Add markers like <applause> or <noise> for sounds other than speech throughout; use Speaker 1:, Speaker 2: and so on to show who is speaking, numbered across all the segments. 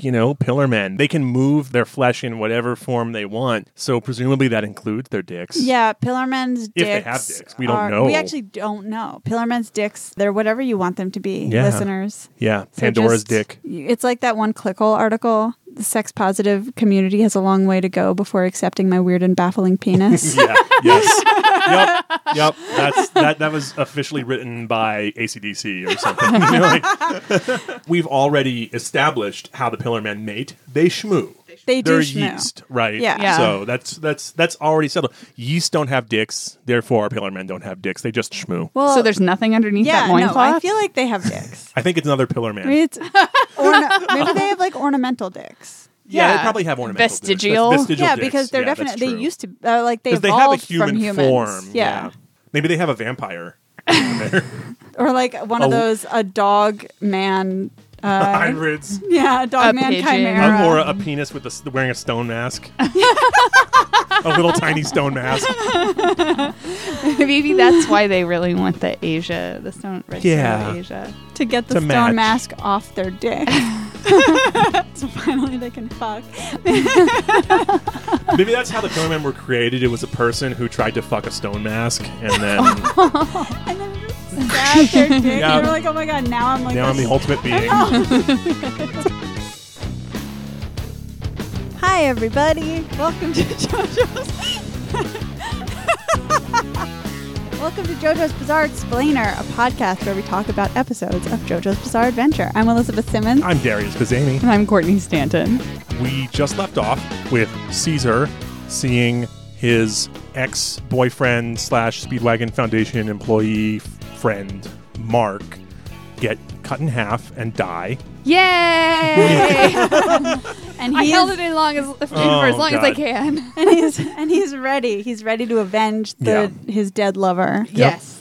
Speaker 1: you know, pillar men. They can move their flesh in whatever form they want. So presumably that includes their dicks.
Speaker 2: Yeah, Pillarman's
Speaker 1: If
Speaker 2: dicks.
Speaker 1: they have dicks, we don't
Speaker 2: are-
Speaker 1: know.
Speaker 2: We actually don't know. Pillarman's dicks, they're whatever you want them to be,
Speaker 1: Yeah.
Speaker 2: listeners.
Speaker 1: Yeah.
Speaker 2: So
Speaker 1: Pandora's
Speaker 2: just- <laughs>
Speaker 1: dick.
Speaker 2: It's like that one Clickhole article. The sex positive community has a long way to go before accepting my weird and
Speaker 1: <laughs>
Speaker 2: baffling penis.
Speaker 1: Yeah. yes. Yep. Yep. That's that. That was officially written by ACDC or something. <laughs> You know, like- we've already established how the Pillar Men mate. They schmoo.
Speaker 2: They do
Speaker 1: They're
Speaker 2: schmoo.
Speaker 1: yeast, right?
Speaker 2: Yeah.
Speaker 3: Yeah.
Speaker 1: So that's that's that's already settled. Yeast don't have dicks, therefore Pillar Men don't have dicks. They just schmoo.
Speaker 2: Well,
Speaker 3: so there's nothing underneath
Speaker 2: yeah,
Speaker 3: that loincloth.
Speaker 2: no, I
Speaker 3: <laughs>
Speaker 2: feel like they have
Speaker 1: <laughs>
Speaker 2: dicks.
Speaker 1: I think it's another Pillar Man.
Speaker 2: I mean, it's orna- maybe they have like ornamental dicks.
Speaker 1: yeah, they
Speaker 3: yeah.
Speaker 1: probably have ornamental dicks. That's
Speaker 3: Vestigial.
Speaker 1: vestigial
Speaker 2: yeah,
Speaker 1: dicks.
Speaker 2: because they're
Speaker 1: Yeah, that's
Speaker 2: definitely they
Speaker 1: true.
Speaker 2: used to uh, like they
Speaker 1: 'Cause
Speaker 2: evolved
Speaker 1: they have a human
Speaker 2: from humans.
Speaker 1: form.
Speaker 2: yeah.
Speaker 1: Maybe they have a vampire.
Speaker 2: or like one
Speaker 1: A-
Speaker 2: of those a dog man. <laughs> Uh,
Speaker 1: Hybrids.
Speaker 2: yeah, a dog
Speaker 3: A
Speaker 2: man
Speaker 3: pigeon.
Speaker 2: chimera.
Speaker 1: or a, a penis with a s wearing a stone
Speaker 2: <laughs>
Speaker 1: mask. a little tiny stone mask.
Speaker 3: Maybe that's why they really want the Asia, the stone red
Speaker 1: Yeah.
Speaker 3: yeah. Asia.
Speaker 2: to get the
Speaker 1: to
Speaker 2: stone
Speaker 1: match.
Speaker 2: mask off their <laughs> dick. so finally they can fuck.
Speaker 1: Maybe that's how the Pillar Men were created. It was a person who tried to fuck a stone mask, and
Speaker 2: <laughs>
Speaker 1: then
Speaker 2: Oh And then just stab <laughs> their dick.
Speaker 1: Yeah.
Speaker 2: And they're like, oh my god, now I'm like
Speaker 1: now
Speaker 2: a
Speaker 1: I'm the ultimate
Speaker 2: <laughs>
Speaker 1: being.
Speaker 2: Hi, everybody. Welcome to <laughs> JoJo's. Welcome to JoJo's Bizarre Explainer, a podcast where we talk about episodes of JoJo's Bizarre Adventure. I'm Elizabeth Simmons.
Speaker 1: I'm Darius Kazami.
Speaker 3: And I'm Courtney Stanton.
Speaker 1: We just left off with Caesar seeing his ex-boyfriend slash Speedwagon Foundation employee f- friend Mark get cut in half and die.
Speaker 3: <laughs> Yay!
Speaker 2: and
Speaker 3: I
Speaker 2: he
Speaker 3: held
Speaker 2: is-
Speaker 3: it in long as for
Speaker 1: Oh,
Speaker 3: as long as I
Speaker 1: God.
Speaker 3: can.
Speaker 2: and he's and he's ready. He's ready to avenge the his dead lover.
Speaker 3: Yes.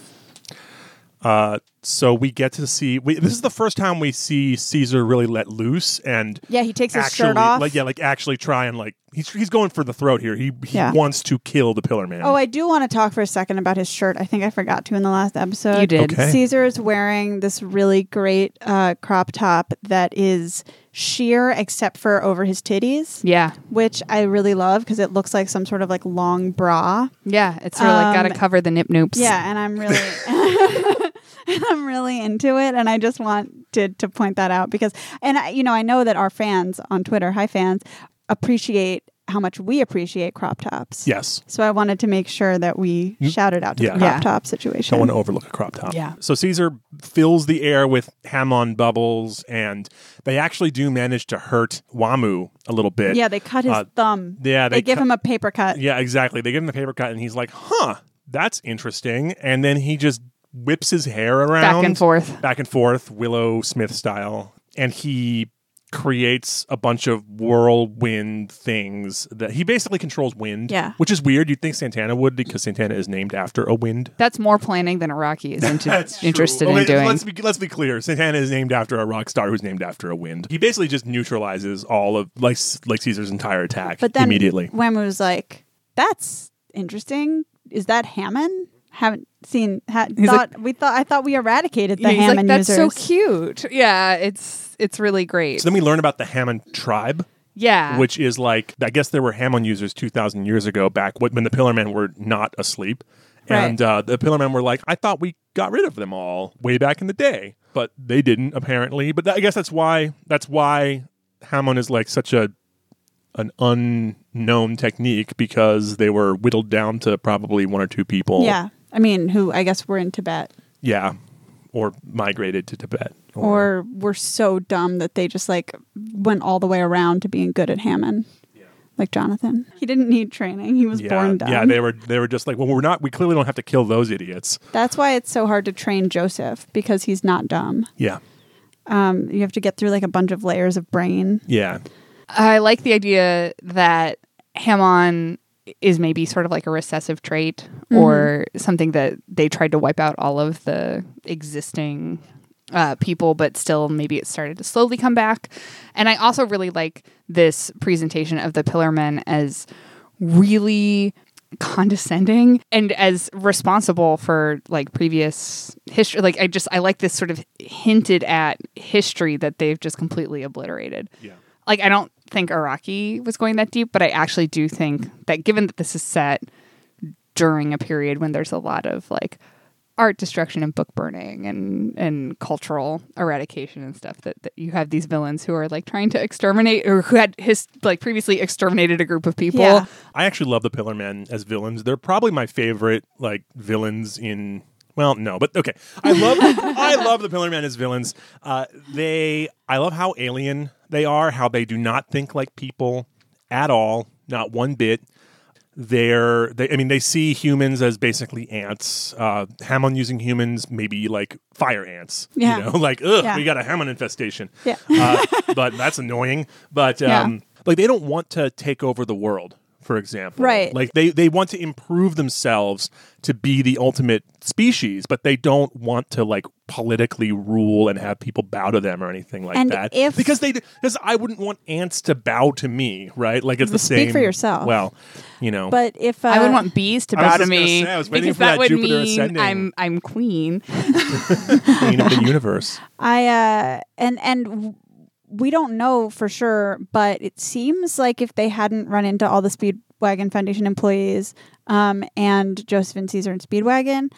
Speaker 1: Uh, so we get to see. We, this is the first time we see Caesar really let loose and
Speaker 2: Yeah, he takes his
Speaker 1: actually,
Speaker 2: shirt off.
Speaker 1: like yeah, like actually try and like he's he's going for the throat here. He he
Speaker 2: Yeah.
Speaker 1: wants to kill the Pillar Man.
Speaker 2: Oh, I do want to talk for a second about his shirt. I think I forgot to in the last episode.
Speaker 3: You did.
Speaker 1: Okay.
Speaker 2: Caesar is wearing this really great uh, crop top that is sheer except for over his titties,
Speaker 3: Yeah.
Speaker 2: which I really love because it looks like some sort of like long bra.
Speaker 3: Yeah. It's sort of like gotta
Speaker 2: Um,
Speaker 3: cover the nip noops.
Speaker 2: Yeah, and I'm really <laughs> and I'm really into it and I just wanted to point that out because and I, you know, I know that our fans on Twitter, hi fans, appreciate how much we appreciate crop tops.
Speaker 1: yes.
Speaker 2: So I wanted to make sure that we shouted out to
Speaker 1: Yeah.
Speaker 2: the crop
Speaker 3: Yeah.
Speaker 2: top situation.
Speaker 1: Don't want to overlook a crop top.
Speaker 3: Yeah.
Speaker 1: So Caesar fills the air with Hamon bubbles, and they actually do manage to hurt Wamu a little bit.
Speaker 2: yeah, they cut his
Speaker 1: Uh,
Speaker 2: thumb.
Speaker 1: yeah,
Speaker 2: they,
Speaker 1: they
Speaker 2: give
Speaker 1: cut-
Speaker 2: him a paper cut.
Speaker 1: Yeah, exactly. They give him the paper cut, and he's like, "Huh, that's interesting." And then he just whips his hair around
Speaker 3: and forth.
Speaker 1: back and forth, Willow Smith style, and he creates a bunch of whirlwind things that he basically controls wind.
Speaker 2: Yeah.
Speaker 1: which is weird. You'd think Santana would because Santana is named after a wind.
Speaker 3: That's more planning than Iraqi
Speaker 1: <laughs>
Speaker 3: is into, interested
Speaker 1: Oh,
Speaker 3: in
Speaker 1: wait,
Speaker 3: doing.
Speaker 1: Let's be, let's be clear. Santana is named after a rock star who's named after a wind. He basically just neutralizes all of like like Caesar's entire attack
Speaker 2: But then
Speaker 1: immediately.
Speaker 2: Wemu was like, "That's interesting. Is that Hammond? Haven't seen. Ha- thought we thought I thought we eradicated the
Speaker 3: Yeah, he's like,
Speaker 2: Hammond
Speaker 3: that's
Speaker 2: users.
Speaker 3: so cute. Yeah, it's it's really great.
Speaker 1: So then we learn about the Hammond tribe.
Speaker 3: yeah.
Speaker 1: which is like I guess there were Hamon users two thousand years ago back when the Pillar Men were not asleep,
Speaker 2: Right.
Speaker 1: and uh, the Pillar Men were like, I thought we got rid of them all way back in the day, but they didn't apparently. But I guess that's why that's why Hamon is like such a an unknown technique because they were whittled down to probably one or two people.
Speaker 2: Yeah, I mean, who I guess were in Tibet
Speaker 1: yeah, or migrated to Tibet
Speaker 2: or were so dumb that they just like went all the way around to being good at Hammond, like Jonathan. He didn't need training. He was
Speaker 1: yeah,
Speaker 2: born dumb.
Speaker 1: yeah, they were they were just like, well, we're not, we clearly don't have to kill those idiots.
Speaker 2: That's why it's so hard to train Joseph because he's not dumb.
Speaker 1: Yeah,
Speaker 2: Um, you have to get through like a bunch of layers of brain.
Speaker 1: yeah,
Speaker 3: I like the idea that Hamon is maybe sort of like a recessive trait or something that they tried to wipe out all of the existing uh, people, but still maybe it started to slowly come back. And I also really like this presentation of the Pillar Men as really condescending and as responsible for like previous history like i just i like this sort of hinted at history that they've just completely obliterated
Speaker 1: yeah.
Speaker 3: like I don't think Iraqi was going that deep, but I actually do think that given that this is set during a period when there's a lot of like art destruction and book burning and and cultural eradication and stuff that, that you have these villains who are like trying to exterminate or who had his like previously exterminated a group of people
Speaker 2: Yeah.
Speaker 1: I actually love the Pillar Men as villains. They're probably my favorite like villains in. Well, no, but okay. I
Speaker 2: <laughs>
Speaker 1: love I love the Pillar Men as villains. Uh, they I love how alien they are. How they do not think like people at all, not one bit. They're they. I mean, they see humans as basically ants. Uh, Hamon using humans, maybe like fire ants.
Speaker 2: Yeah.
Speaker 1: You know, <laughs> like ugh,
Speaker 2: Yeah.
Speaker 1: we got a Hamon infestation
Speaker 2: Yeah.
Speaker 1: uh, <laughs> but that's annoying. But um,
Speaker 2: Yeah.
Speaker 1: like they don't want to take over the world, for example.
Speaker 2: Right.
Speaker 1: Like they they want to improve themselves to be the ultimate species, but they don't want to like politically rule and have people bow to them or anything like
Speaker 2: And
Speaker 1: that.
Speaker 2: if-
Speaker 1: because they because I wouldn't want ants to bow to me, right? Like it's the
Speaker 2: Speak
Speaker 1: same
Speaker 2: for yourself.
Speaker 1: Well, you know.
Speaker 2: But if uh,
Speaker 3: I would want bees to
Speaker 1: I was
Speaker 3: bow to
Speaker 1: just gonna
Speaker 3: me
Speaker 1: say, I was waiting
Speaker 3: because
Speaker 1: for
Speaker 3: that,
Speaker 1: that
Speaker 3: would
Speaker 1: Jupiter
Speaker 3: mean
Speaker 1: ascending.
Speaker 3: I'm I'm queen.
Speaker 1: queen
Speaker 2: <laughs>
Speaker 1: of the universe.
Speaker 2: I uh and and w- we don't know for sure, but it seems like if they hadn't run into all the Speedwagon Foundation employees um and Joseph and Caesar and Speedwagon,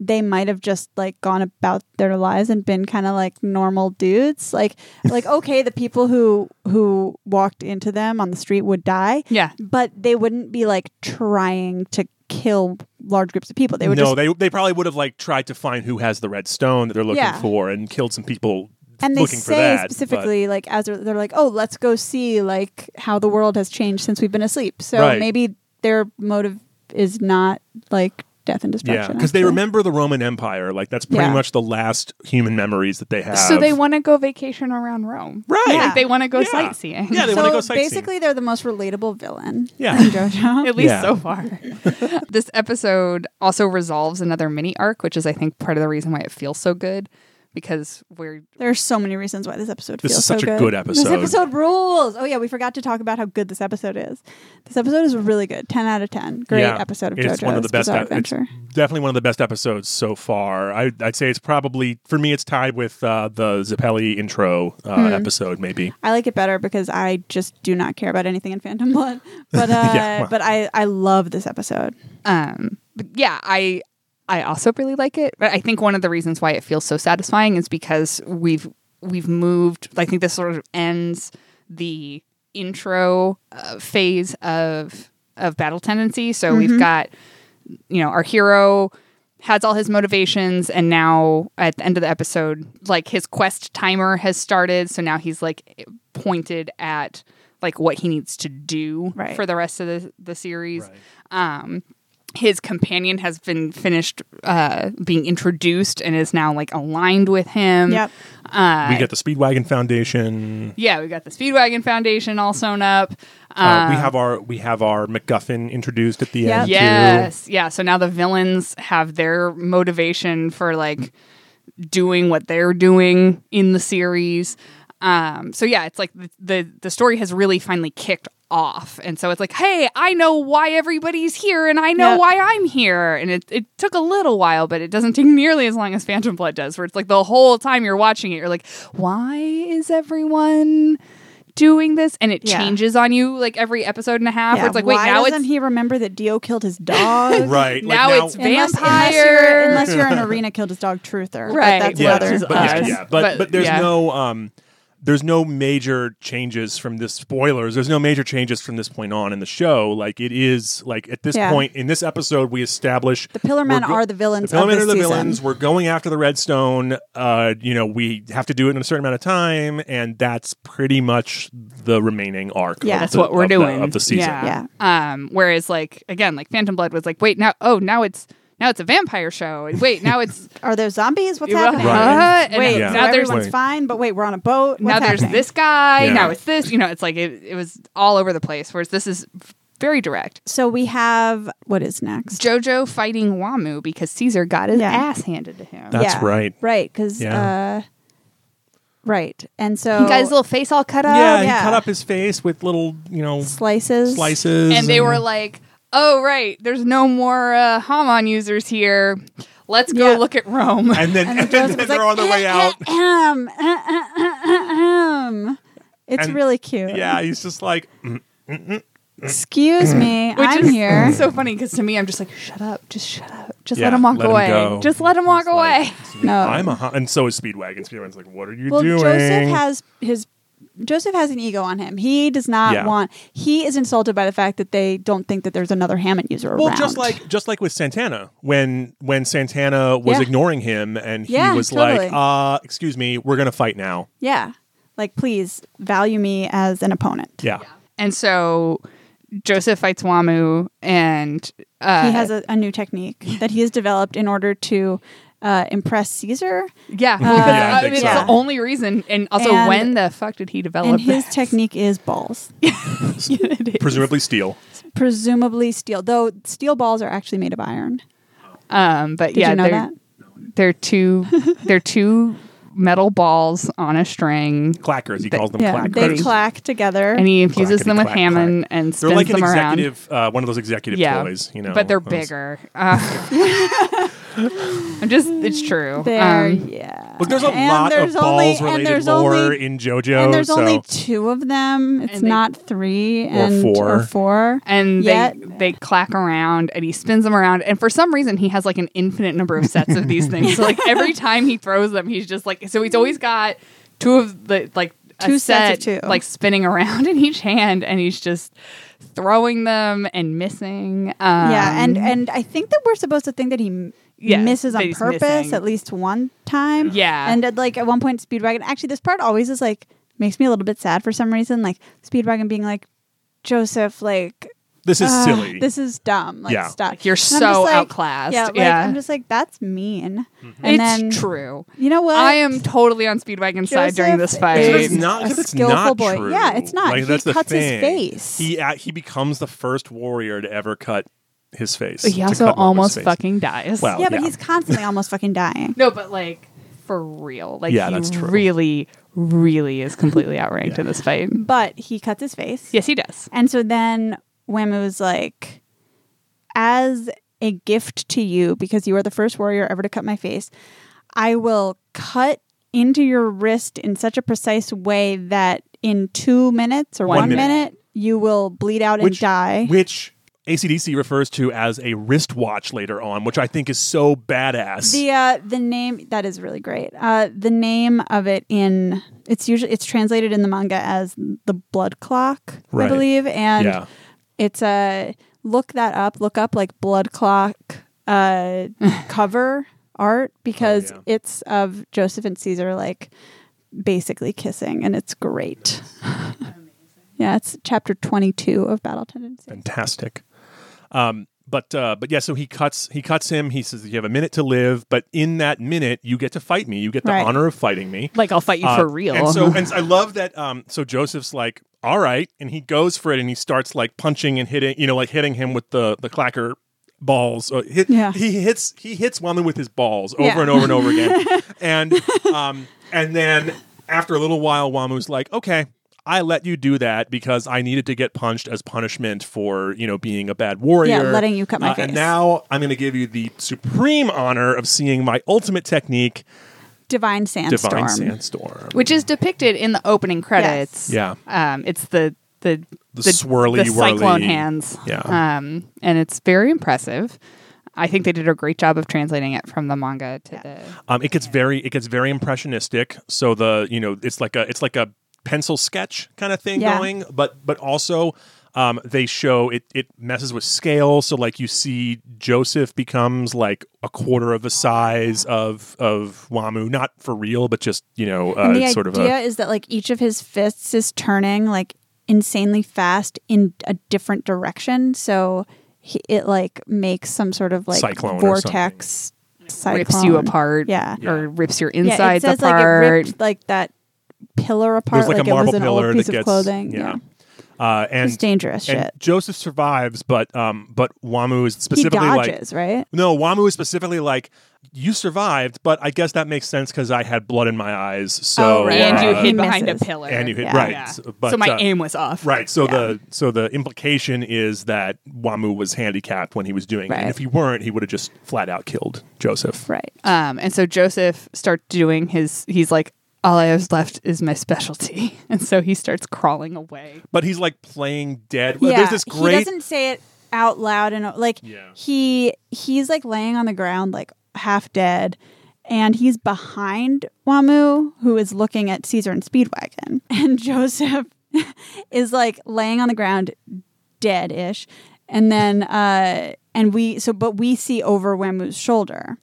Speaker 2: they might have just like gone about their lives and been kind of like normal dudes. Like like okay, the people who who walked into them on the street would die,
Speaker 3: Yeah.
Speaker 2: but they wouldn't be like trying to kill large groups of people. They would
Speaker 1: no,
Speaker 2: just
Speaker 1: they they probably would have like tried to find who has the red stone that they're looking
Speaker 2: Yeah.
Speaker 1: for and killed some people
Speaker 2: and they
Speaker 1: looking
Speaker 2: say
Speaker 1: for that. but-
Speaker 2: specifically like as they're, they're like oh let's go see like how the world has changed since we've been asleep so
Speaker 1: Right.
Speaker 2: maybe their motive is not like death and
Speaker 1: Yeah,
Speaker 2: destruction
Speaker 1: because they
Speaker 2: actually.
Speaker 1: remember the Roman Empire. Like that's pretty
Speaker 2: Yeah.
Speaker 1: much the last human memories that they have.
Speaker 3: So they want to go vacation around Rome.
Speaker 1: right?
Speaker 2: Yeah.
Speaker 3: Like they want to go
Speaker 1: Yeah.
Speaker 3: sightseeing.
Speaker 1: Yeah, they
Speaker 2: so
Speaker 1: want to go sightseeing.
Speaker 2: basically they're the most relatable villain
Speaker 1: Yeah.
Speaker 2: in JoJo
Speaker 3: At
Speaker 1: <laughs>
Speaker 3: least
Speaker 1: Yeah.
Speaker 3: so far. <laughs> this episode also resolves another mini arc, which is I think part of the reason why it feels so good because we're
Speaker 2: there are so many reasons why this episode
Speaker 1: This
Speaker 2: feels
Speaker 1: is such
Speaker 2: so
Speaker 1: a
Speaker 2: good.
Speaker 1: good episode.
Speaker 2: this episode rules oh yeah we forgot to talk about how good this episode is this episode is really good 10 out of 10 <laughs> great
Speaker 1: Yeah.
Speaker 2: episode of
Speaker 1: It's
Speaker 2: JoJo's
Speaker 1: one of the best
Speaker 2: Bizarre
Speaker 1: ep- it's
Speaker 2: adventure
Speaker 1: definitely one of the best episodes so far. I, I'd say it's probably for me. It's tied with uh, the Zappelli intro uh,
Speaker 2: Hmm.
Speaker 1: episode, maybe.
Speaker 2: I like it better because I just do not care about anything in Phantom Blood. But uh,
Speaker 1: <laughs> Yeah, well.
Speaker 2: but I I love this episode.
Speaker 3: um but yeah i i also really like it but i think one of the reasons why it feels so satisfying is because we've we've moved i think this sort of ends the intro uh, phase of of battle tendency so we've got you know our hero has all his motivations and now at the end of the episode like his quest timer has started so now he's like pointed at like what he needs to do
Speaker 2: Right.
Speaker 3: for the rest of the, the series um his companion has been finished uh being introduced and is now like aligned with him
Speaker 2: Yep.
Speaker 3: uh
Speaker 1: we get the Speedwagon Foundation.
Speaker 3: yeah we got the speedwagon foundation all sewn up
Speaker 1: Uh,
Speaker 3: um,
Speaker 1: we have our we have our MacGuffin introduced at the
Speaker 2: Yep.
Speaker 1: end. too.
Speaker 3: yes yeah so now the villains have their motivation for like doing what they're doing in the series um so yeah it's like the the, the story has really finally kicked off and so it's like hey i know why everybody's here and i know
Speaker 2: Yeah.
Speaker 3: why i'm here and it, it took a little while but it doesn't take nearly as long as phantom blood does where it's like the whole time you're watching it you're like why is everyone doing this and it
Speaker 2: Yeah.
Speaker 3: changes on you like every episode and a half where it's like wait
Speaker 2: why
Speaker 3: now
Speaker 2: doesn't
Speaker 3: it's
Speaker 2: he remember that Dio killed his dog?
Speaker 1: Right like,
Speaker 3: Now it's
Speaker 2: Unless- Unless,
Speaker 3: <laughs> Vampire.
Speaker 2: you're, unless you're an arena killed his dog truther,
Speaker 3: Right.
Speaker 2: But that's
Speaker 3: Yeah,
Speaker 2: another.
Speaker 3: which is
Speaker 1: but, yeah,
Speaker 3: us.
Speaker 1: yeah. But, but
Speaker 3: But-
Speaker 1: there's
Speaker 3: yeah.
Speaker 1: no um, there's no major changes from this spoilers. There's no major changes from this point on in the show. Like it is like at this
Speaker 2: Yeah.
Speaker 1: point in this episode, we establish
Speaker 2: The Pillar Men are the villains
Speaker 1: The Pillar
Speaker 2: of
Speaker 1: Men
Speaker 2: this
Speaker 1: are the
Speaker 2: season.
Speaker 1: villains. We're going after the Redstone. Uh, you know, we have to do it in a certain amount of time, and that's pretty much the remaining arc.
Speaker 2: Yeah.
Speaker 1: of
Speaker 2: That's
Speaker 1: the-
Speaker 3: what we're
Speaker 1: of the-
Speaker 3: doing
Speaker 1: of the season.
Speaker 2: Yeah.
Speaker 3: Um, whereas like again, like Phantom Blood was like, wait, now oh now it's now it's a vampire show. And wait,
Speaker 2: <laughs>
Speaker 3: now it's
Speaker 2: Are there zombies? What's
Speaker 3: Right.
Speaker 2: happening?
Speaker 3: Right.
Speaker 2: Wait,
Speaker 1: Yeah.
Speaker 2: so
Speaker 1: Now
Speaker 3: there's-
Speaker 2: everyone's
Speaker 1: Wait.
Speaker 2: fine, but wait, we're on a boat. What's
Speaker 3: now there's
Speaker 2: happening?
Speaker 3: this guy,
Speaker 1: Yeah.
Speaker 3: now it's this, you know, it's like it, it was all over the place. Whereas this is very direct.
Speaker 2: So we have what is next?
Speaker 3: Jojo fighting Wamu because Caesar got his
Speaker 2: Yeah.
Speaker 3: ass handed to him.
Speaker 1: That's
Speaker 2: Yeah.
Speaker 1: right.
Speaker 2: Right, because
Speaker 1: Yeah.
Speaker 2: uh, right, and so
Speaker 3: he got his little face all cut up.
Speaker 1: yeah,
Speaker 2: yeah.
Speaker 1: he cut up his face with little, you know,
Speaker 2: slices,
Speaker 1: slices,
Speaker 3: and they were like, Oh right, there's no more uh, Haman users here. Let's go
Speaker 2: Yeah.
Speaker 3: look at Rome.
Speaker 1: <laughs>
Speaker 2: <laughs>
Speaker 1: <laughs> and then, and then
Speaker 2: Joseph was
Speaker 1: they're
Speaker 2: like,
Speaker 1: on their way out.
Speaker 2: Ahem, uh, uh, uh, ahem. It's
Speaker 1: And-
Speaker 2: really cute.
Speaker 1: Yeah, he's just like,
Speaker 2: Excuse me, I'm
Speaker 3: is
Speaker 2: here.
Speaker 3: so funny because to me, I'm just like, shut up, just shut up, just
Speaker 1: Yeah,
Speaker 3: let him walk
Speaker 1: let him
Speaker 3: away,
Speaker 1: go.
Speaker 3: just let him walk
Speaker 1: It's
Speaker 3: away.
Speaker 1: like-
Speaker 2: No.
Speaker 1: I'm a hot, and so is Speedwagon. Speedwagon's like, what are you
Speaker 2: Oh. well,
Speaker 1: doing?
Speaker 2: Joseph has his Joseph has an ego on him. He does not
Speaker 1: Yeah.
Speaker 2: want. He is insulted by the fact that they don't think that there's another Hammond user
Speaker 1: well,
Speaker 2: around.
Speaker 1: just like just like with Santana, when when Santana was
Speaker 2: Yeah.
Speaker 1: ignoring him, and he
Speaker 2: Yeah,
Speaker 1: was
Speaker 2: totally.
Speaker 1: like, uh, excuse me, we're gonna fight now.
Speaker 2: yeah, like please value me as an opponent.
Speaker 1: Yeah,
Speaker 3: <laughs> And so Joseph fights Wamu, and uh,
Speaker 2: he has a, a new technique that he has developed in order to uh, impress Caesar.
Speaker 3: yeah.
Speaker 1: Yeah, I
Speaker 3: I
Speaker 1: think
Speaker 3: mean, it's
Speaker 2: so.
Speaker 3: the only reason. And also,
Speaker 2: And-
Speaker 3: when the fuck did he develop
Speaker 2: And his
Speaker 3: this?
Speaker 2: technique is balls,
Speaker 1: presumably steel.
Speaker 2: presumably steel. Though steel balls are actually made of iron.
Speaker 3: Um, but
Speaker 2: Did
Speaker 3: yeah,
Speaker 2: you know
Speaker 3: they're,
Speaker 2: that?
Speaker 3: they're two they're two metal balls on a string,
Speaker 1: Clackers, he calls them
Speaker 2: Yeah, they
Speaker 1: clackers.
Speaker 2: clack together.
Speaker 3: and he infuses them with
Speaker 1: Clackety-clack,
Speaker 3: Hammond and
Speaker 1: They're
Speaker 3: spins
Speaker 1: like an
Speaker 3: them around.
Speaker 1: executive, uh, one of those executive toys, you know.
Speaker 3: But they're
Speaker 1: those-
Speaker 3: bigger. Uh, <laughs> I'm just, it's true.
Speaker 2: there,
Speaker 3: Um,
Speaker 2: yeah.
Speaker 1: Look, there's a
Speaker 2: And
Speaker 1: lot
Speaker 2: there's
Speaker 1: of
Speaker 2: only-
Speaker 1: balls
Speaker 2: and
Speaker 1: related
Speaker 2: there's
Speaker 1: lore
Speaker 2: only-
Speaker 1: in JoJo.
Speaker 2: and there's
Speaker 1: so
Speaker 2: only two of them. It's
Speaker 3: And they-
Speaker 2: not three and
Speaker 1: four.
Speaker 2: or four.
Speaker 3: and
Speaker 2: Yet-
Speaker 3: they they clack around, and he spins them around, and for some reason he has like an infinite number of sets of these things. So like
Speaker 2: <laughs>
Speaker 3: every time he throws them, he's just like so he's always got two of the like a
Speaker 2: Two sets of
Speaker 3: set,
Speaker 2: two.
Speaker 3: like spinning around <laughs> in each hand, and he's just throwing them and missing. Um,
Speaker 2: yeah, and and I think that we're supposed to think that he m-
Speaker 3: Yeah,
Speaker 2: misses
Speaker 3: that
Speaker 2: on
Speaker 3: he's
Speaker 2: purpose
Speaker 3: missing.
Speaker 2: at least one time.
Speaker 3: Yeah.
Speaker 2: and at, like at one point, Speedwagon. Actually, this part always is like makes me a little bit sad for some reason. Like Speedwagon being like Joseph, like
Speaker 1: this is
Speaker 2: "Ugh,
Speaker 1: silly.
Speaker 2: "Ah, uh, This is dumb. Like
Speaker 1: Yeah.
Speaker 2: stop.
Speaker 3: Like, you're
Speaker 2: And I'm
Speaker 3: so
Speaker 2: just like-
Speaker 3: outclassed.
Speaker 2: Yeah, like,
Speaker 3: Yeah.
Speaker 2: I'm just like that's mean.
Speaker 1: Mm-hmm.
Speaker 2: And
Speaker 3: it's
Speaker 2: then
Speaker 3: true.
Speaker 2: you know what?
Speaker 3: I am totally on Speedwagon's side during
Speaker 2: Joseph
Speaker 3: this
Speaker 1: Except
Speaker 3: fight.
Speaker 1: it's not.
Speaker 2: a
Speaker 1: except it's
Speaker 2: skillful
Speaker 1: not
Speaker 2: boy.
Speaker 1: true.
Speaker 2: Yeah, it's not.
Speaker 1: Like,
Speaker 2: He
Speaker 1: that's the
Speaker 2: cuts his
Speaker 1: thing.
Speaker 2: face.
Speaker 1: He uh, he becomes the first warrior to ever cut his face.
Speaker 3: He
Speaker 1: to
Speaker 3: also
Speaker 1: cut Momo's
Speaker 3: almost
Speaker 1: face.
Speaker 3: fucking dies.
Speaker 1: Well,
Speaker 2: yeah, but
Speaker 1: Oh, yeah.
Speaker 2: he's constantly almost fucking dying.
Speaker 3: No, but like for real. Like
Speaker 1: Yeah,
Speaker 3: he
Speaker 1: that's true.
Speaker 3: really, really is completely outranked in this fight.
Speaker 2: But he cuts his face.
Speaker 3: Yes, he does.
Speaker 2: And so then Wemu was like, as a gift to you, because you are the first warrior ever to cut my face, I will cut into your wrist in such a precise way that in two minutes or one,
Speaker 3: One
Speaker 2: minute.
Speaker 1: minute.
Speaker 2: you will bleed out
Speaker 1: Which-
Speaker 2: and die.
Speaker 1: which ACDC refers to as a wristwatch later on, which I think is so badass.
Speaker 2: the uh, the name that is really great. Uh, the name of it in it's usually it's translated in the manga as the blood clock, I
Speaker 1: Right.
Speaker 2: believe, and
Speaker 1: yeah,
Speaker 2: it's a look that up look up like blood clock uh
Speaker 1: <laughs>
Speaker 2: cover art because
Speaker 1: Oh, yeah.
Speaker 2: it's of joseph and caesar like basically kissing and it's great <laughs> yeah it's chapter 22 of battle tendency
Speaker 1: fantastic. Um, but uh, but yeah, so he cuts he cuts him. He says you have a minute to live, but in that minute you get to fight me. You get the
Speaker 2: Right.
Speaker 1: honor of fighting me.
Speaker 3: Like I'll fight you
Speaker 1: Uh,
Speaker 3: for real.
Speaker 1: And so
Speaker 2: <laughs>
Speaker 1: and I love that. Um, so Joseph's like, all right, and he goes for it, and he starts like punching and hitting, you know, like hitting him with the the clacker balls. Uh, hit,
Speaker 2: Yeah.
Speaker 1: He hits he hits Wamu with his balls over
Speaker 2: Yeah.
Speaker 1: and over and over
Speaker 2: <laughs>
Speaker 1: again, and um and then after a little while, Wamu's like, okay. I let you do that because I needed to get punched as punishment for you know being a bad warrior.
Speaker 2: letting you cut my
Speaker 1: Uh,
Speaker 2: face.
Speaker 1: And now I'm going to give you the supreme honor of seeing my ultimate technique,
Speaker 2: divine sandstorm
Speaker 1: divine sandstorm.
Speaker 3: Which is depicted in the opening credits.
Speaker 1: Yeah.
Speaker 3: Um it's the the
Speaker 1: The swirly
Speaker 3: the cyclone
Speaker 1: whirly.
Speaker 3: hands.
Speaker 1: Yeah.
Speaker 3: Um and it's very impressive. I think they did a great job of translating it from the manga to the
Speaker 1: Um, it gets very it gets very impressionistic. So the you know it's like a it's like a pencil sketch kind of thing
Speaker 2: Yeah.
Speaker 1: going, but but also um, they show it it messes with scale. So like you see Joseph becomes like a quarter of the size of of Wamu, not for real, but just you know uh,
Speaker 2: and the
Speaker 1: it's
Speaker 2: idea
Speaker 1: sort of a
Speaker 2: is that like each of his fists is turning like insanely fast in a different direction so he, it like makes some sort of like
Speaker 1: Cyclone or
Speaker 2: vortex cyclone.
Speaker 3: rips you apart
Speaker 2: yeah
Speaker 3: or rips your insides
Speaker 2: yeah, it says,
Speaker 3: apart.
Speaker 2: Like, it ripped, like that pillar apart.
Speaker 1: there's like, a
Speaker 2: it
Speaker 1: marble
Speaker 2: was an
Speaker 1: pillar
Speaker 2: old piece
Speaker 1: that gets
Speaker 2: of clothing.
Speaker 1: yeah. Uh, and
Speaker 2: it's dangerous
Speaker 1: and
Speaker 2: shit.
Speaker 1: Joseph survives, but um but Wamu is
Speaker 2: He
Speaker 1: specifically like
Speaker 2: dodges, right?
Speaker 1: No, Wamu is specifically like, you survived, but I guess that makes sense because I had blood in my eyes. So
Speaker 2: Oh, right.
Speaker 3: and you
Speaker 2: uh,
Speaker 3: hid
Speaker 2: He
Speaker 3: behind
Speaker 2: misses.
Speaker 3: a pillar.
Speaker 1: And you hid-
Speaker 2: Yeah.
Speaker 1: right, so- but,
Speaker 3: so my
Speaker 1: uh,
Speaker 3: aim was off.
Speaker 1: right. So the so the implication is that Wamu was handicapped when he was doing it,
Speaker 2: Right.
Speaker 1: and if he weren't, he would have just flat out killed Joseph.
Speaker 2: Right.
Speaker 3: Um, and so Joseph starts doing his. He's like, all I have left is my specialty. <laughs> And so he starts crawling away.
Speaker 1: But he's like playing dead. Well, There's this
Speaker 2: He
Speaker 1: great.
Speaker 2: doesn't say it out loud, and like
Speaker 1: Yeah.
Speaker 2: he he's like laying on the ground, like half dead, and he's behind Wamu, who is looking at Caesar and Speedwagon, <laughs> and Joseph <laughs> is like laying on the ground, dead ish, and then uh and we so but we see over Wamu's shoulder.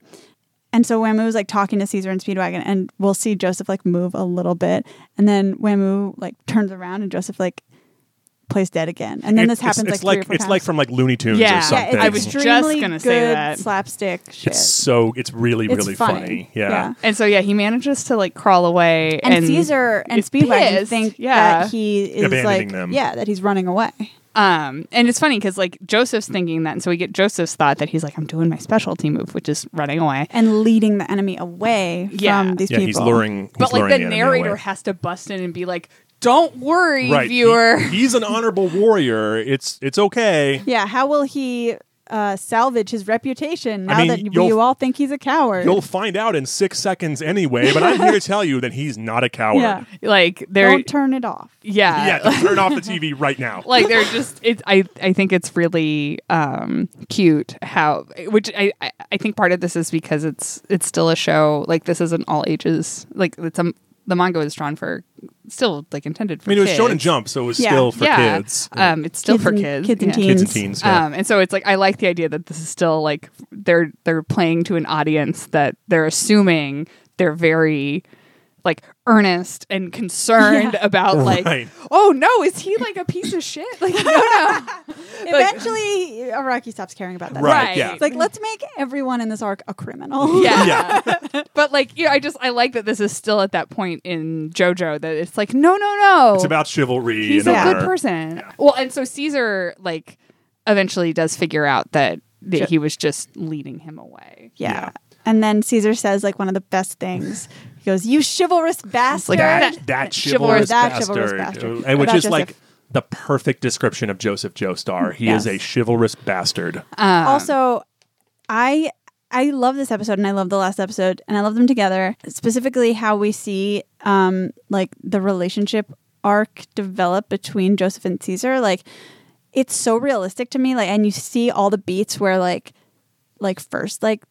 Speaker 2: And so Wamu was like talking to Caesar and Speedwagon, and we'll see Joseph like move a little bit, and then Wamu like turns around, and Joseph like plays dead again, and then
Speaker 1: It-
Speaker 2: this happens
Speaker 1: it's, it's
Speaker 2: like, three or four
Speaker 1: it's
Speaker 2: times.
Speaker 1: like from like Looney Tunes
Speaker 3: Yeah.
Speaker 1: or
Speaker 3: Yeah,
Speaker 1: something.
Speaker 2: yeah, it's
Speaker 3: I was just
Speaker 2: extremely
Speaker 3: gonna say
Speaker 2: good
Speaker 3: that.
Speaker 2: slapstick shit.
Speaker 1: It's so it's really
Speaker 2: It's
Speaker 1: really funny. Yeah.
Speaker 3: And so yeah, he manages to like crawl away
Speaker 2: And, Caesar and
Speaker 3: is
Speaker 2: Speedwagon
Speaker 3: pissed,
Speaker 2: think
Speaker 3: yeah.
Speaker 2: that he is
Speaker 1: Abandoning
Speaker 2: like
Speaker 1: them.
Speaker 2: yeah that he's running away.
Speaker 3: Um, and it's funny because like Joseph's thinking that, and so we get Joseph's thought that he's like, "I'm doing my specialty move, which is running away."
Speaker 2: and leading the enemy away
Speaker 3: Yeah.
Speaker 2: from these
Speaker 1: Yeah,
Speaker 2: people.
Speaker 1: he's luring. He's
Speaker 3: but like
Speaker 1: luring
Speaker 3: the
Speaker 1: enemy
Speaker 3: narrator
Speaker 1: away.
Speaker 3: has to bust in and be like, "Don't worry,
Speaker 1: right. he-
Speaker 3: viewer."
Speaker 1: he's an honorable warrior. It's it's okay.
Speaker 2: Yeah, how will he uh, salvage his reputation now
Speaker 1: I mean,
Speaker 2: that
Speaker 1: you'll-
Speaker 2: you all think he's a coward?
Speaker 1: You'll find out in six seconds anyway. But I'm here to tell you that he's not a coward.
Speaker 2: yeah,
Speaker 3: <laughs> like they're
Speaker 2: don't turn it off.
Speaker 3: yeah,
Speaker 1: Yeah, turn off the TV right now.
Speaker 3: like they're just <laughs> it's i i think it's really um cute how which i i I think part of this is because it's it's still a show like this isn't all ages like it's um the manga was drawn for still like intended
Speaker 1: I
Speaker 3: for
Speaker 1: mean, it was
Speaker 3: kids.
Speaker 1: Shonen Jump, so it was
Speaker 2: Yeah.
Speaker 1: still for
Speaker 3: yeah.
Speaker 1: kids.
Speaker 3: um it's still for
Speaker 2: and-
Speaker 3: kids
Speaker 2: kids and
Speaker 3: yeah.
Speaker 2: teens.
Speaker 1: Kids and teens. Yeah.
Speaker 3: Um, and so it's like I like the idea that this is still like they're they're playing to an audience that they're assuming they're very like earnest and concerned about like
Speaker 1: Right.
Speaker 3: oh no is he like a piece of shit like no no
Speaker 2: Eventually, Araki stops caring about that.
Speaker 1: Right. yeah.
Speaker 2: It's like let's make everyone in this arc
Speaker 1: <laughs>
Speaker 2: a criminal.
Speaker 3: yeah. <laughs> but like, you know, I just I like that this is still at that point in JoJo that it's like, no, no, no.
Speaker 1: It's about chivalry.
Speaker 3: he's a
Speaker 1: and
Speaker 3: good
Speaker 1: honor.
Speaker 3: person. Well, and so Caesar like eventually does figure out that that he was just leading him away.
Speaker 2: <laughs> Yeah.
Speaker 1: Yeah.
Speaker 2: And then Caesar says like one of the best things. He goes, "You
Speaker 1: <laughs>
Speaker 2: chivalrous bastard."
Speaker 3: like
Speaker 1: That,
Speaker 3: That-
Speaker 1: that
Speaker 2: chivalrous-
Speaker 1: chivalrous,
Speaker 2: that
Speaker 1: bastard,
Speaker 2: chivalrous bastard.
Speaker 1: and which
Speaker 2: About
Speaker 1: is like
Speaker 2: Joseph.
Speaker 1: the perfect description of Joseph Joestar. He
Speaker 2: Yes.
Speaker 1: is a chivalrous bastard.
Speaker 2: also, I I love this episode and I love the last episode and I love them together. Specifically, how we see um like the relationship arc develop between Joseph and Caesar. Like it's so realistic to me. Like, and you see all the beats where like like first like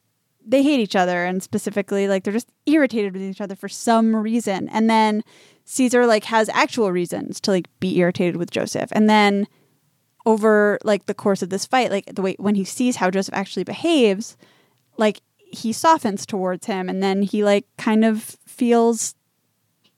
Speaker 2: they hate each other and specifically like they're just irritated with each other for some reason and then caesar like has actual reasons to like be irritated with joseph and then over like the course of this fight like the way when he sees how joseph actually behaves like he softens towards him and then he like kind of feels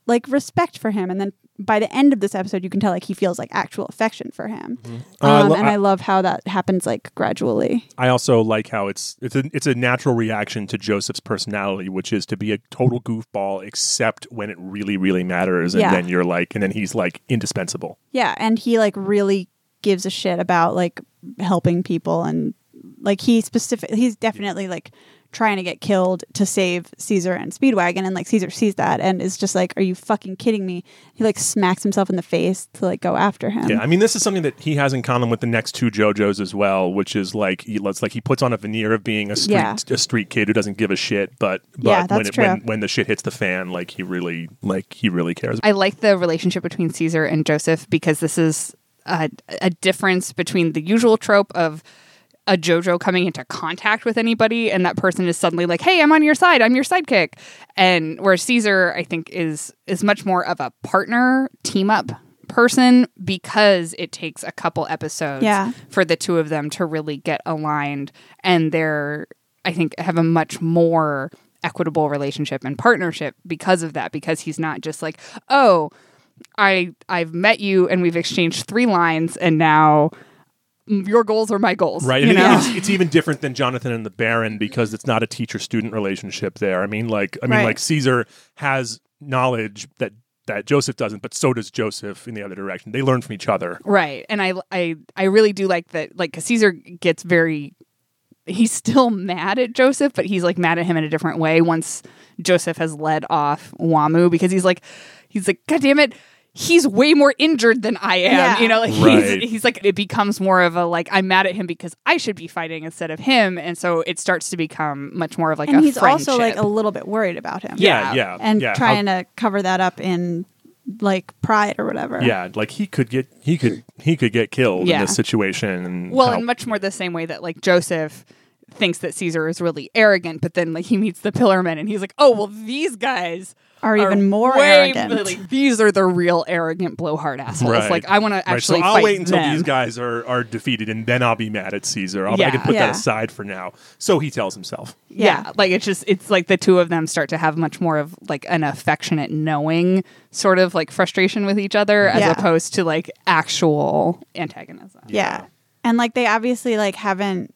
Speaker 2: like respect for him and then by the end of this episode you can tell like he feels like actual affection for him
Speaker 1: Uh, I
Speaker 2: um,
Speaker 1: lo-
Speaker 2: and
Speaker 1: I-
Speaker 2: i love how that happens like gradually
Speaker 1: I also like how it's it's a it's a natural reaction to Joseph's personality, which is to be a total goofball, except when it really really matters, and
Speaker 2: Yeah.
Speaker 1: then you're like, and then he's like indispensable.
Speaker 2: Yeah, and he like really gives a shit about like helping people and like he specific he's definitely like trying to get killed to save Caesar and Speedwagon and like Caesar sees that and is just like are you fucking kidding me? He like smacks himself in the face to like go after him.
Speaker 1: Yeah, I mean, this is something that he has in common with the next two JoJos as well, which is like he lets like he puts on a veneer of being a street
Speaker 2: Yeah.
Speaker 1: a street kid who doesn't give a shit, but but
Speaker 2: Yeah,
Speaker 1: when,
Speaker 2: that's
Speaker 1: it, when
Speaker 2: true.
Speaker 1: when the shit hits the fan, like he really like he really cares.
Speaker 3: I like the relationship between Caesar and Joseph because this is a, a difference between the usual trope of a JoJo coming into contact with anybody and that person is suddenly like, "Hey, I'm on your side. I'm your sidekick." And where Caesar, I think, is is much more of a partner team up person because it takes a couple episodes
Speaker 2: Yeah.
Speaker 3: for the two of them to really get aligned and they're i think have a much more equitable relationship and partnership because of that because he's not just like oh i i've met you and we've exchanged three lines and now your goals are my goals
Speaker 1: Right,
Speaker 3: you
Speaker 1: and
Speaker 3: know?
Speaker 1: it's, it's even different than Jonathan and the Baron because it's not a teacher-student relationship there. I mean, like, I mean,
Speaker 2: Right.
Speaker 1: like Caesar has knowledge that that Joseph doesn't, but so does Joseph in the other direction. They learn from each other.
Speaker 3: Right. And I I I really do like that like 'cause Caesar gets very he's still mad at Joseph, but he's like mad at him in a different way once Joseph has led off Wamu because he's like he's like god damn it he's way more injured than I am.
Speaker 2: Yeah.
Speaker 3: You know, like
Speaker 1: Right.
Speaker 3: he's, he's like it becomes more of a like I'm mad at him because I should be fighting instead of him, and so it starts to become much more of like
Speaker 2: and
Speaker 3: a
Speaker 2: he's
Speaker 3: friendship.
Speaker 2: also like a little bit worried about him.
Speaker 1: yeah, yeah,
Speaker 3: yeah.
Speaker 2: and
Speaker 1: yeah. How-
Speaker 2: trying to cover that up in like pride or whatever.
Speaker 1: yeah, like he could get he could he could get killed in
Speaker 3: Yeah.
Speaker 1: this situation. And
Speaker 3: well,
Speaker 1: how-
Speaker 3: and much more the same way that like Joseph thinks that Caesar is really arrogant, but then like he meets the Pillar Men and he's like, oh well, these guys
Speaker 2: Are even more
Speaker 3: way-
Speaker 2: arrogant.
Speaker 3: like, these are the real arrogant blowhard assholes.
Speaker 1: Right.
Speaker 3: Like I want to
Speaker 1: Right, so
Speaker 3: actually.
Speaker 1: I'll
Speaker 3: fight
Speaker 1: wait until
Speaker 3: them.
Speaker 1: these guys are, are defeated, and then I'll be mad at Caesar. I'll, I
Speaker 3: Yeah.
Speaker 1: can put
Speaker 2: Yeah.
Speaker 1: that aside for now. So he tells himself.
Speaker 3: yeah. like it's just it's like the two of them start to have much more of like an affectionate knowing sort of like frustration with each other
Speaker 2: Yeah.
Speaker 3: as opposed to like actual antagonism
Speaker 2: yeah. And like they obviously like haven't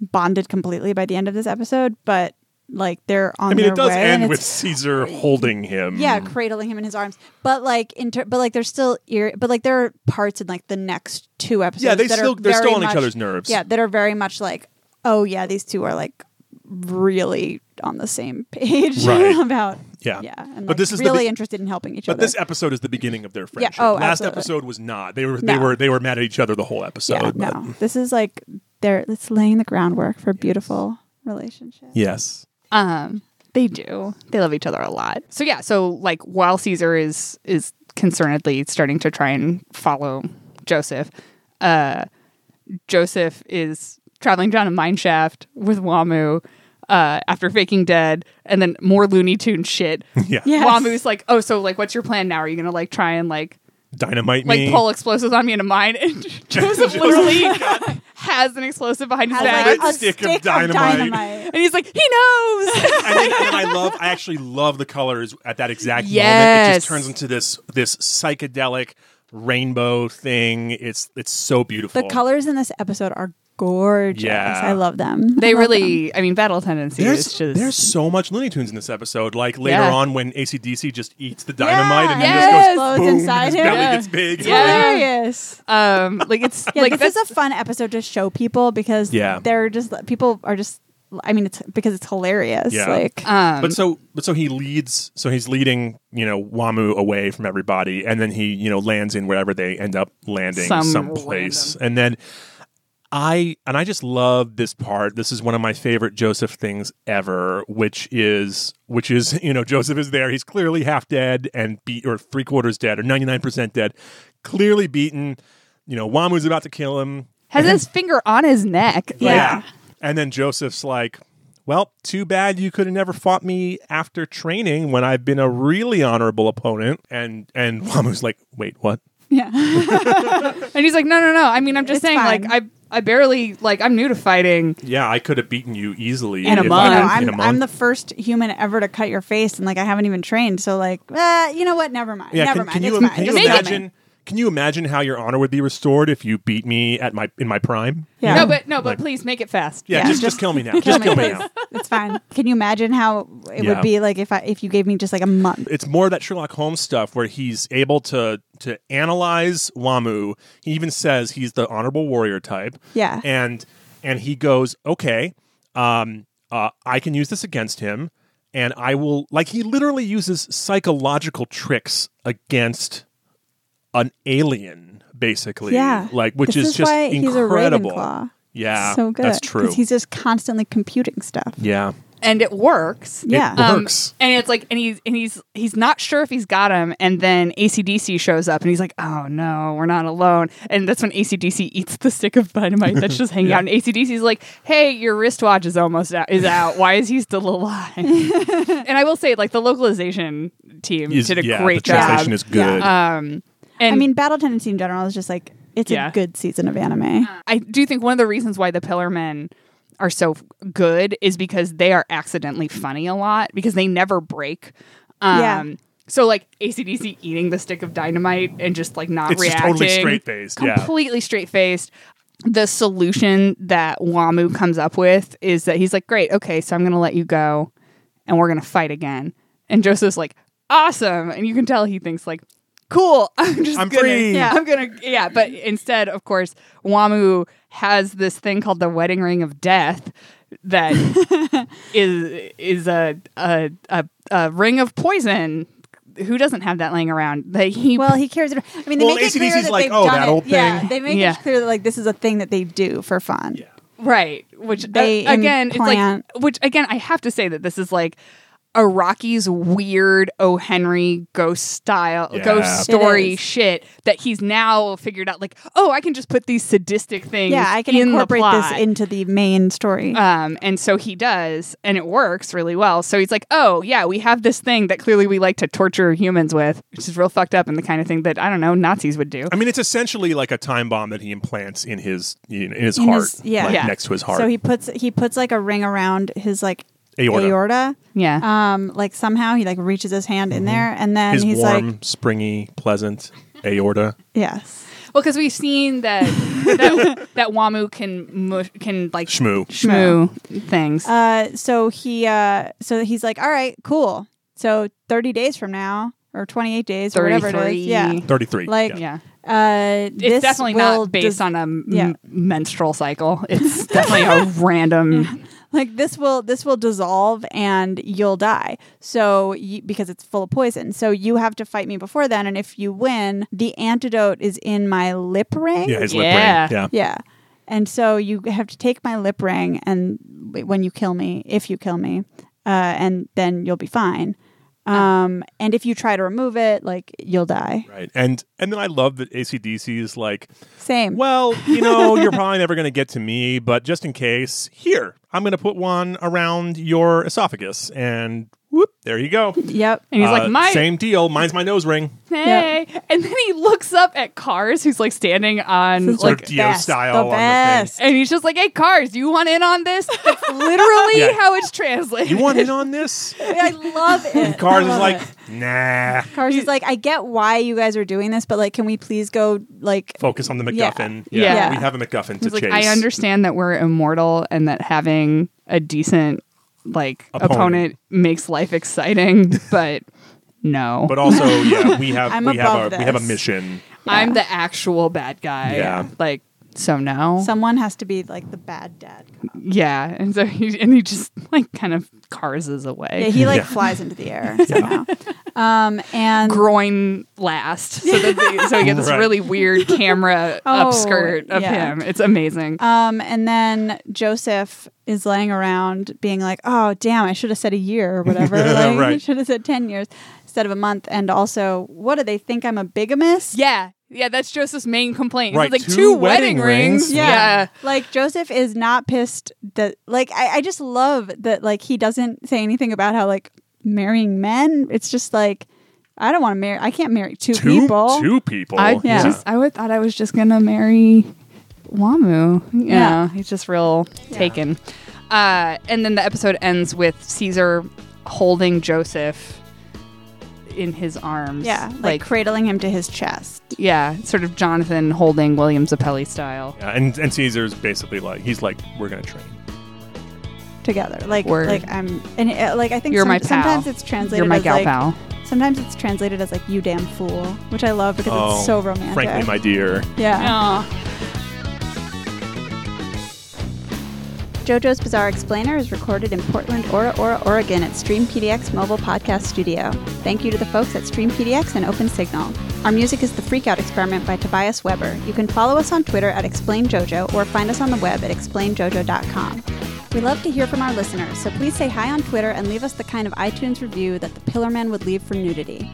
Speaker 2: bonded completely by the end of this episode, but like they're on
Speaker 1: I mean,
Speaker 2: their
Speaker 1: it does
Speaker 2: way
Speaker 1: end
Speaker 2: and it's-
Speaker 1: with Caesar holding him.
Speaker 2: yeah, cradling him in his arms. But like, inter- but like, there's still ear. But like, there are parts in like the next two episodes.
Speaker 1: Yeah, they
Speaker 2: that are
Speaker 1: still- they're
Speaker 2: very
Speaker 1: still on each
Speaker 2: much-
Speaker 1: other's nerves.
Speaker 2: Yeah, that are very much like, oh yeah, these two are like really on the same page <laughs>
Speaker 1: Right.
Speaker 2: about
Speaker 1: Yeah.
Speaker 2: yeah. And,
Speaker 1: But
Speaker 2: like,
Speaker 1: this is the
Speaker 2: really
Speaker 1: be-
Speaker 2: interested in helping each
Speaker 1: But
Speaker 2: other.
Speaker 1: this episode is the beginning of their friendship.
Speaker 2: oh,
Speaker 1: Last
Speaker 2: absolutely.
Speaker 1: episode was not. They were they
Speaker 2: No.
Speaker 1: were they were mad at each other the whole
Speaker 2: yeah,
Speaker 1: episode. but-
Speaker 2: no, this is like they're it's laying the groundwork for a beautiful relationship.
Speaker 1: Yes.
Speaker 3: um they do they love each other a lot so yeah so like while caesar is is concernedly starting to try and follow joseph uh joseph is traveling down a mine shaft with wamu uh, after faking dead and then more Looney Tune <laughs> shit.
Speaker 1: Yeah.
Speaker 2: Yeah. Yes.
Speaker 3: Wamu's like, oh, so like, what's your plan now? Are you gonna like try and like
Speaker 1: Dynamite
Speaker 3: like
Speaker 1: me.
Speaker 3: pull explosives on me into mine? And Joseph literally <laughs> has an explosive behind his
Speaker 2: Has,
Speaker 3: back,
Speaker 2: like,
Speaker 1: Bad
Speaker 2: a
Speaker 1: stick of
Speaker 2: stick of
Speaker 1: dynamite.
Speaker 2: dynamite.
Speaker 3: and he's like, he <laughs> knows.
Speaker 1: and, then, and then I love, I actually love the colors at that exact moment. It just
Speaker 3: Yes.
Speaker 1: turns into this this psychedelic rainbow thing. It's it's so beautiful.
Speaker 2: the colors in this episode are gorgeous.
Speaker 1: Yeah.
Speaker 2: I love them. I
Speaker 3: <laughs> they
Speaker 2: love them.
Speaker 3: really, I mean, battle tendency
Speaker 1: There's,
Speaker 3: is just
Speaker 1: there's so much Looney Tunes in this episode. Like later
Speaker 3: Yeah.
Speaker 1: on when ACDC just eats the dynamite and then
Speaker 3: Yeah.
Speaker 1: just goes
Speaker 3: Yes.
Speaker 2: Explodes
Speaker 1: boom, and
Speaker 2: inside
Speaker 1: his
Speaker 2: him.
Speaker 1: belly
Speaker 3: Yeah.
Speaker 1: gets big.
Speaker 3: Yeah.
Speaker 2: hilarious.
Speaker 3: um like it's
Speaker 2: Yeah,
Speaker 3: like
Speaker 2: this
Speaker 3: that's
Speaker 2: is a fun episode to show people because
Speaker 1: Yeah.
Speaker 2: they're just people are just. I mean, it's because it's hilarious.
Speaker 1: Yeah.
Speaker 2: Like,
Speaker 3: um
Speaker 1: but so but so he leads so he's leading you know wamu away from everybody and then he you know lands in wherever they end up landing
Speaker 3: Some
Speaker 1: someplace and then i and i just love this part this is one of my favorite joseph things ever which is which is <laughs> you know joseph is there he's clearly half dead and beat or three quarters dead or 99% dead clearly beaten you know wamu's about to kill him
Speaker 3: has his finger on his neck.
Speaker 2: Yeah.
Speaker 1: and then Joseph's like, well, too bad you could have never fought me after training when I've been a really honorable opponent. And and <laughs> Wamu's like, wait, what?
Speaker 2: <laughs> yeah,
Speaker 3: and he's like, no, no, no. I mean, I'm just
Speaker 2: It's
Speaker 3: saying,
Speaker 2: fine.
Speaker 3: like, I I barely like I'm new to fighting.
Speaker 1: Yeah, I could have beaten you easily
Speaker 3: In a
Speaker 1: if I
Speaker 3: month.
Speaker 1: had- in
Speaker 2: no,
Speaker 3: Um,
Speaker 1: a
Speaker 2: I'm
Speaker 1: month.
Speaker 2: I'm the first human ever to cut your face, and like I haven't even trained. So like, uh, you know what? Never mind.
Speaker 1: yeah,
Speaker 2: Never
Speaker 1: can,
Speaker 2: mind.
Speaker 1: can
Speaker 2: it's
Speaker 1: you,
Speaker 2: fine.
Speaker 1: can you
Speaker 2: Just
Speaker 3: Make it.
Speaker 1: imagine? Can you imagine how your honor would be restored if you beat me at my in my prime?
Speaker 2: Yeah.
Speaker 3: No, but no, but
Speaker 1: Like-
Speaker 3: please make it fast.
Speaker 1: Yeah,
Speaker 2: Yeah,
Speaker 1: just, just
Speaker 2: <laughs> just
Speaker 1: kill me now. just kill me
Speaker 2: please.
Speaker 1: now.
Speaker 2: It's fine. Can you imagine how it
Speaker 1: Yeah.
Speaker 2: would be like if I if you gave me just like a month?
Speaker 1: it's more that Sherlock Holmes stuff where he's able to to analyze Wamu. He even says he's the honorable warrior type.
Speaker 2: Yeah.
Speaker 1: And and he goes, "Okay, um uh I can use this against him and I will like he literally uses psychological tricks against an alien basically.
Speaker 2: Yeah.
Speaker 1: Like which
Speaker 2: This
Speaker 1: is,
Speaker 2: is
Speaker 1: just
Speaker 2: why he's a
Speaker 1: incredible.
Speaker 2: Ravenclaw.
Speaker 1: yeah.
Speaker 2: so good.
Speaker 1: That's true.
Speaker 2: 'Cause He's just constantly computing stuff.
Speaker 1: yeah.
Speaker 3: and it works.
Speaker 2: Yeah.
Speaker 1: It works.
Speaker 3: Um, and it's like, and he's and he's he's not sure if he's got him, and then ACDC shows up, and he's like, "Oh no, we're not alone." And that's when ACDC eats the stick of dynamite
Speaker 1: <laughs>
Speaker 3: that's just hanging out, and ACDC's like, "Hey, your wristwatch is almost out, is out. Why is he
Speaker 1: <laughs>
Speaker 3: still alive?" and I will say, like the localization team
Speaker 1: Is-
Speaker 3: did a
Speaker 1: yeah,
Speaker 3: great
Speaker 1: the translation
Speaker 3: job.
Speaker 1: is good.
Speaker 3: um, and
Speaker 2: I mean, battle tendency in general is just like it's
Speaker 3: Yeah.
Speaker 2: a good season of anime.
Speaker 3: I do think one of the reasons why the Pillar Men are so good is because they are accidentally funny a lot because they never break. Um,
Speaker 2: Yeah.
Speaker 3: So like ACDC eating the stick of dynamite and just like not
Speaker 1: It's just
Speaker 3: reacting,
Speaker 1: totally straight-faced, yeah.
Speaker 3: completely straight faced. The solution that Wamu comes up with is that he's like, "Great, okay, so I'm going to let you go, and we're going to fight again." And Joseph's like, "Awesome!" And you can tell he thinks like, "Cool, <laughs> I'm just
Speaker 1: I'm
Speaker 3: gonna-
Speaker 1: free.
Speaker 3: Yeah, I'm gonna yeah, but instead, of course, Wamu has this thing called the wedding ring of death
Speaker 1: <laughs>
Speaker 3: that is is a a, a, a ring of poison who doesn't have that laying around? That he
Speaker 2: Well, he carries it. ar- I mean, they
Speaker 1: Well,
Speaker 2: make it clear
Speaker 1: AC/DC's
Speaker 2: that
Speaker 1: like,
Speaker 2: they've
Speaker 1: "Oh,
Speaker 2: done
Speaker 1: that
Speaker 2: it.
Speaker 1: old
Speaker 2: Yeah,
Speaker 1: thing."
Speaker 2: they make
Speaker 3: Yeah.
Speaker 2: it clear that like this is a thing that they do for fun.
Speaker 1: Yeah.
Speaker 3: right which
Speaker 2: They
Speaker 3: uh, again
Speaker 2: implant-
Speaker 3: it's like which again i have to say that this is like a rocky's weird o henry ghost style
Speaker 1: Yeah.
Speaker 3: ghost
Speaker 2: It
Speaker 3: story
Speaker 2: is.
Speaker 3: shit that he's now figured out like oh i can just put these sadistic things
Speaker 2: Yeah, I can
Speaker 3: in the
Speaker 2: incorporate this
Speaker 3: plot.
Speaker 2: into the main story.
Speaker 1: Uh,
Speaker 3: um, and so he does, and it works really well. So he's like, "Oh yeah, we have this thing that clearly we like to torture humans with, which is real fucked up, and the kind of thing that I don't know Nazis would do."
Speaker 1: I mean, it's essentially like a time bomb that he implants in his in, in his
Speaker 2: In
Speaker 1: heart,
Speaker 2: his- yeah.
Speaker 1: like,
Speaker 3: Yeah.
Speaker 1: next to his heart.
Speaker 2: So he puts he puts like a ring around his like
Speaker 1: Aorta.
Speaker 3: Yeah,
Speaker 2: Um, like somehow he like reaches his hand in there, and then
Speaker 1: Mm-hmm. his
Speaker 2: he's
Speaker 1: warm,
Speaker 2: like,
Speaker 1: springy, pleasant aorta.
Speaker 2: "Yes,
Speaker 3: Well, because we've seen
Speaker 2: <laughs>
Speaker 3: that that, that Wamu can mush, can like
Speaker 1: Shmoo.
Speaker 3: shmoo things.
Speaker 2: Uh, so he, uh, so he's like, all right, cool. So 30 days from now, or 28 days, or whatever it is, yeah.
Speaker 1: 33.
Speaker 2: Like,
Speaker 3: yeah,
Speaker 2: Uh,
Speaker 3: it's definitely not based on a m-
Speaker 2: yeah.
Speaker 3: menstrual cycle.
Speaker 2: <laughs>
Speaker 3: It's definitely a random.
Speaker 2: like this will this will dissolve and you'll die. So you, because it's full of poison, so you have to fight me before then. And if you win, the antidote is in my lip ring.
Speaker 1: yeah, his
Speaker 3: Yeah.
Speaker 1: lip ring. Yeah.
Speaker 2: Yeah. And so you have to take my lip ring, and w- when you kill me, if you kill me, uh, and then you'll be fine. Um, and if you try to remove it, like you'll die.
Speaker 1: Right. And and then I love that ACDC is like,
Speaker 2: Same.
Speaker 1: well, you know, <laughs> you're probably never going to get to me, but just in case, here, I'm going to put one around your esophagus. And whoop, there you go.
Speaker 2: Yep.
Speaker 3: And he's
Speaker 1: Uh,
Speaker 3: like, my
Speaker 1: Same deal. Mine's my nose ring.
Speaker 3: hey, and then he looks up at Cars, who's like standing on
Speaker 1: Sort
Speaker 3: like.
Speaker 1: of Dio
Speaker 2: best,
Speaker 1: style
Speaker 2: the
Speaker 1: on the thing.
Speaker 2: best.
Speaker 3: And he's just like, "Hey, cars, you want in on this?"
Speaker 2: <laughs>
Speaker 3: That's literally
Speaker 1: Yeah.
Speaker 3: how it's translated.
Speaker 1: You want in on this?
Speaker 2: I love it.
Speaker 1: <laughs> Cars
Speaker 2: I
Speaker 1: is
Speaker 2: love
Speaker 1: like,
Speaker 2: it.
Speaker 1: nah.
Speaker 2: Cars is like, I get why you guys are doing this, but like, can we please go like
Speaker 1: Focus on the
Speaker 2: Yeah.
Speaker 1: MacGuffin.
Speaker 3: Yeah.
Speaker 1: We have a MacGuffin to
Speaker 3: He's like,
Speaker 1: chase.
Speaker 3: I understand that we're immortal and that having a decent like
Speaker 1: Opponent.
Speaker 3: opponent, makes life exciting, <laughs> but no.
Speaker 1: But also, yeah,
Speaker 2: <laughs>
Speaker 1: we have
Speaker 2: I'm
Speaker 1: we have
Speaker 2: above
Speaker 1: a we have a
Speaker 2: this.
Speaker 1: mission.
Speaker 3: I'm the actual bad guy.
Speaker 1: Yeah.
Speaker 3: Like so no.
Speaker 2: someone has to be like the bad dad?
Speaker 3: yeah. And so he and he just like kind of carses away.
Speaker 2: Yeah, he like
Speaker 1: Yeah.
Speaker 2: flies into the air somehow. Um, and
Speaker 3: groin last. So that they, so we get
Speaker 1: <laughs>
Speaker 3: this
Speaker 1: Right.
Speaker 3: really weird camera
Speaker 2: <laughs> Oh,
Speaker 3: upskirt of
Speaker 2: yeah.
Speaker 3: him. It's amazing.
Speaker 2: Um, and then Joseph is laying around being like, oh, damn, I should have said a year
Speaker 1: <laughs>
Speaker 2: or whatever. like, I <laughs>
Speaker 1: Right.
Speaker 2: should have said 10 years instead of a month. And also, what do they think? I'm a bigamist?
Speaker 3: yeah. Yeah, that's Joseph's main complaint. He's
Speaker 1: Right,
Speaker 3: like
Speaker 1: two
Speaker 3: two,
Speaker 1: wedding
Speaker 3: wedding,
Speaker 1: rings?
Speaker 3: rings.
Speaker 1: Yeah.
Speaker 2: Like, Joseph is not pissed that, like, I, I just love that, like, he doesn't say anything about how, like, marrying men. It's just like, I don't want to marry, I can't marry two,
Speaker 1: Two
Speaker 2: people.
Speaker 1: two people.
Speaker 3: I
Speaker 2: Yeah.
Speaker 3: just I would thought I was just gonna marry Wamu. Yeah,
Speaker 2: Yeah.
Speaker 3: he's just real taken. Uh, and then the episode ends with Caesar holding Joseph in his arms.
Speaker 2: Yeah. Like, cradling him to his chest.
Speaker 3: yeah, sort of Jonathan holding William Zappelli style.
Speaker 1: Yeah, and and Caesar's basically like he's like we're gonna train.
Speaker 2: Together, like,
Speaker 3: Word.
Speaker 2: like I'm, and uh, like I think
Speaker 3: You're my pal.
Speaker 2: sometimes it's translated
Speaker 3: You're my
Speaker 2: as
Speaker 3: gal
Speaker 2: like,
Speaker 3: pal.
Speaker 2: Sometimes it's translated as like "you damn fool," which I love because it's so romantic.
Speaker 1: Oh, Um, Frankly, my dear.
Speaker 2: yeah.
Speaker 3: Aw.
Speaker 2: JoJo's Bizarre Explainer is recorded in Portland, Ora Ora, Oregon, at Stream PDX Mobile Podcast Studio. Thank you to the folks at Stream PDX and Open Signal. Our music is the Freakout Experiment by Tobias Weber. You can follow us on Twitter at ExplainJojo or find us on the web at explainjojo.com. We love to hear from our listeners, so please say hi on Twitter and leave us the kind of iTunes review that the Pillarman would leave for nudity.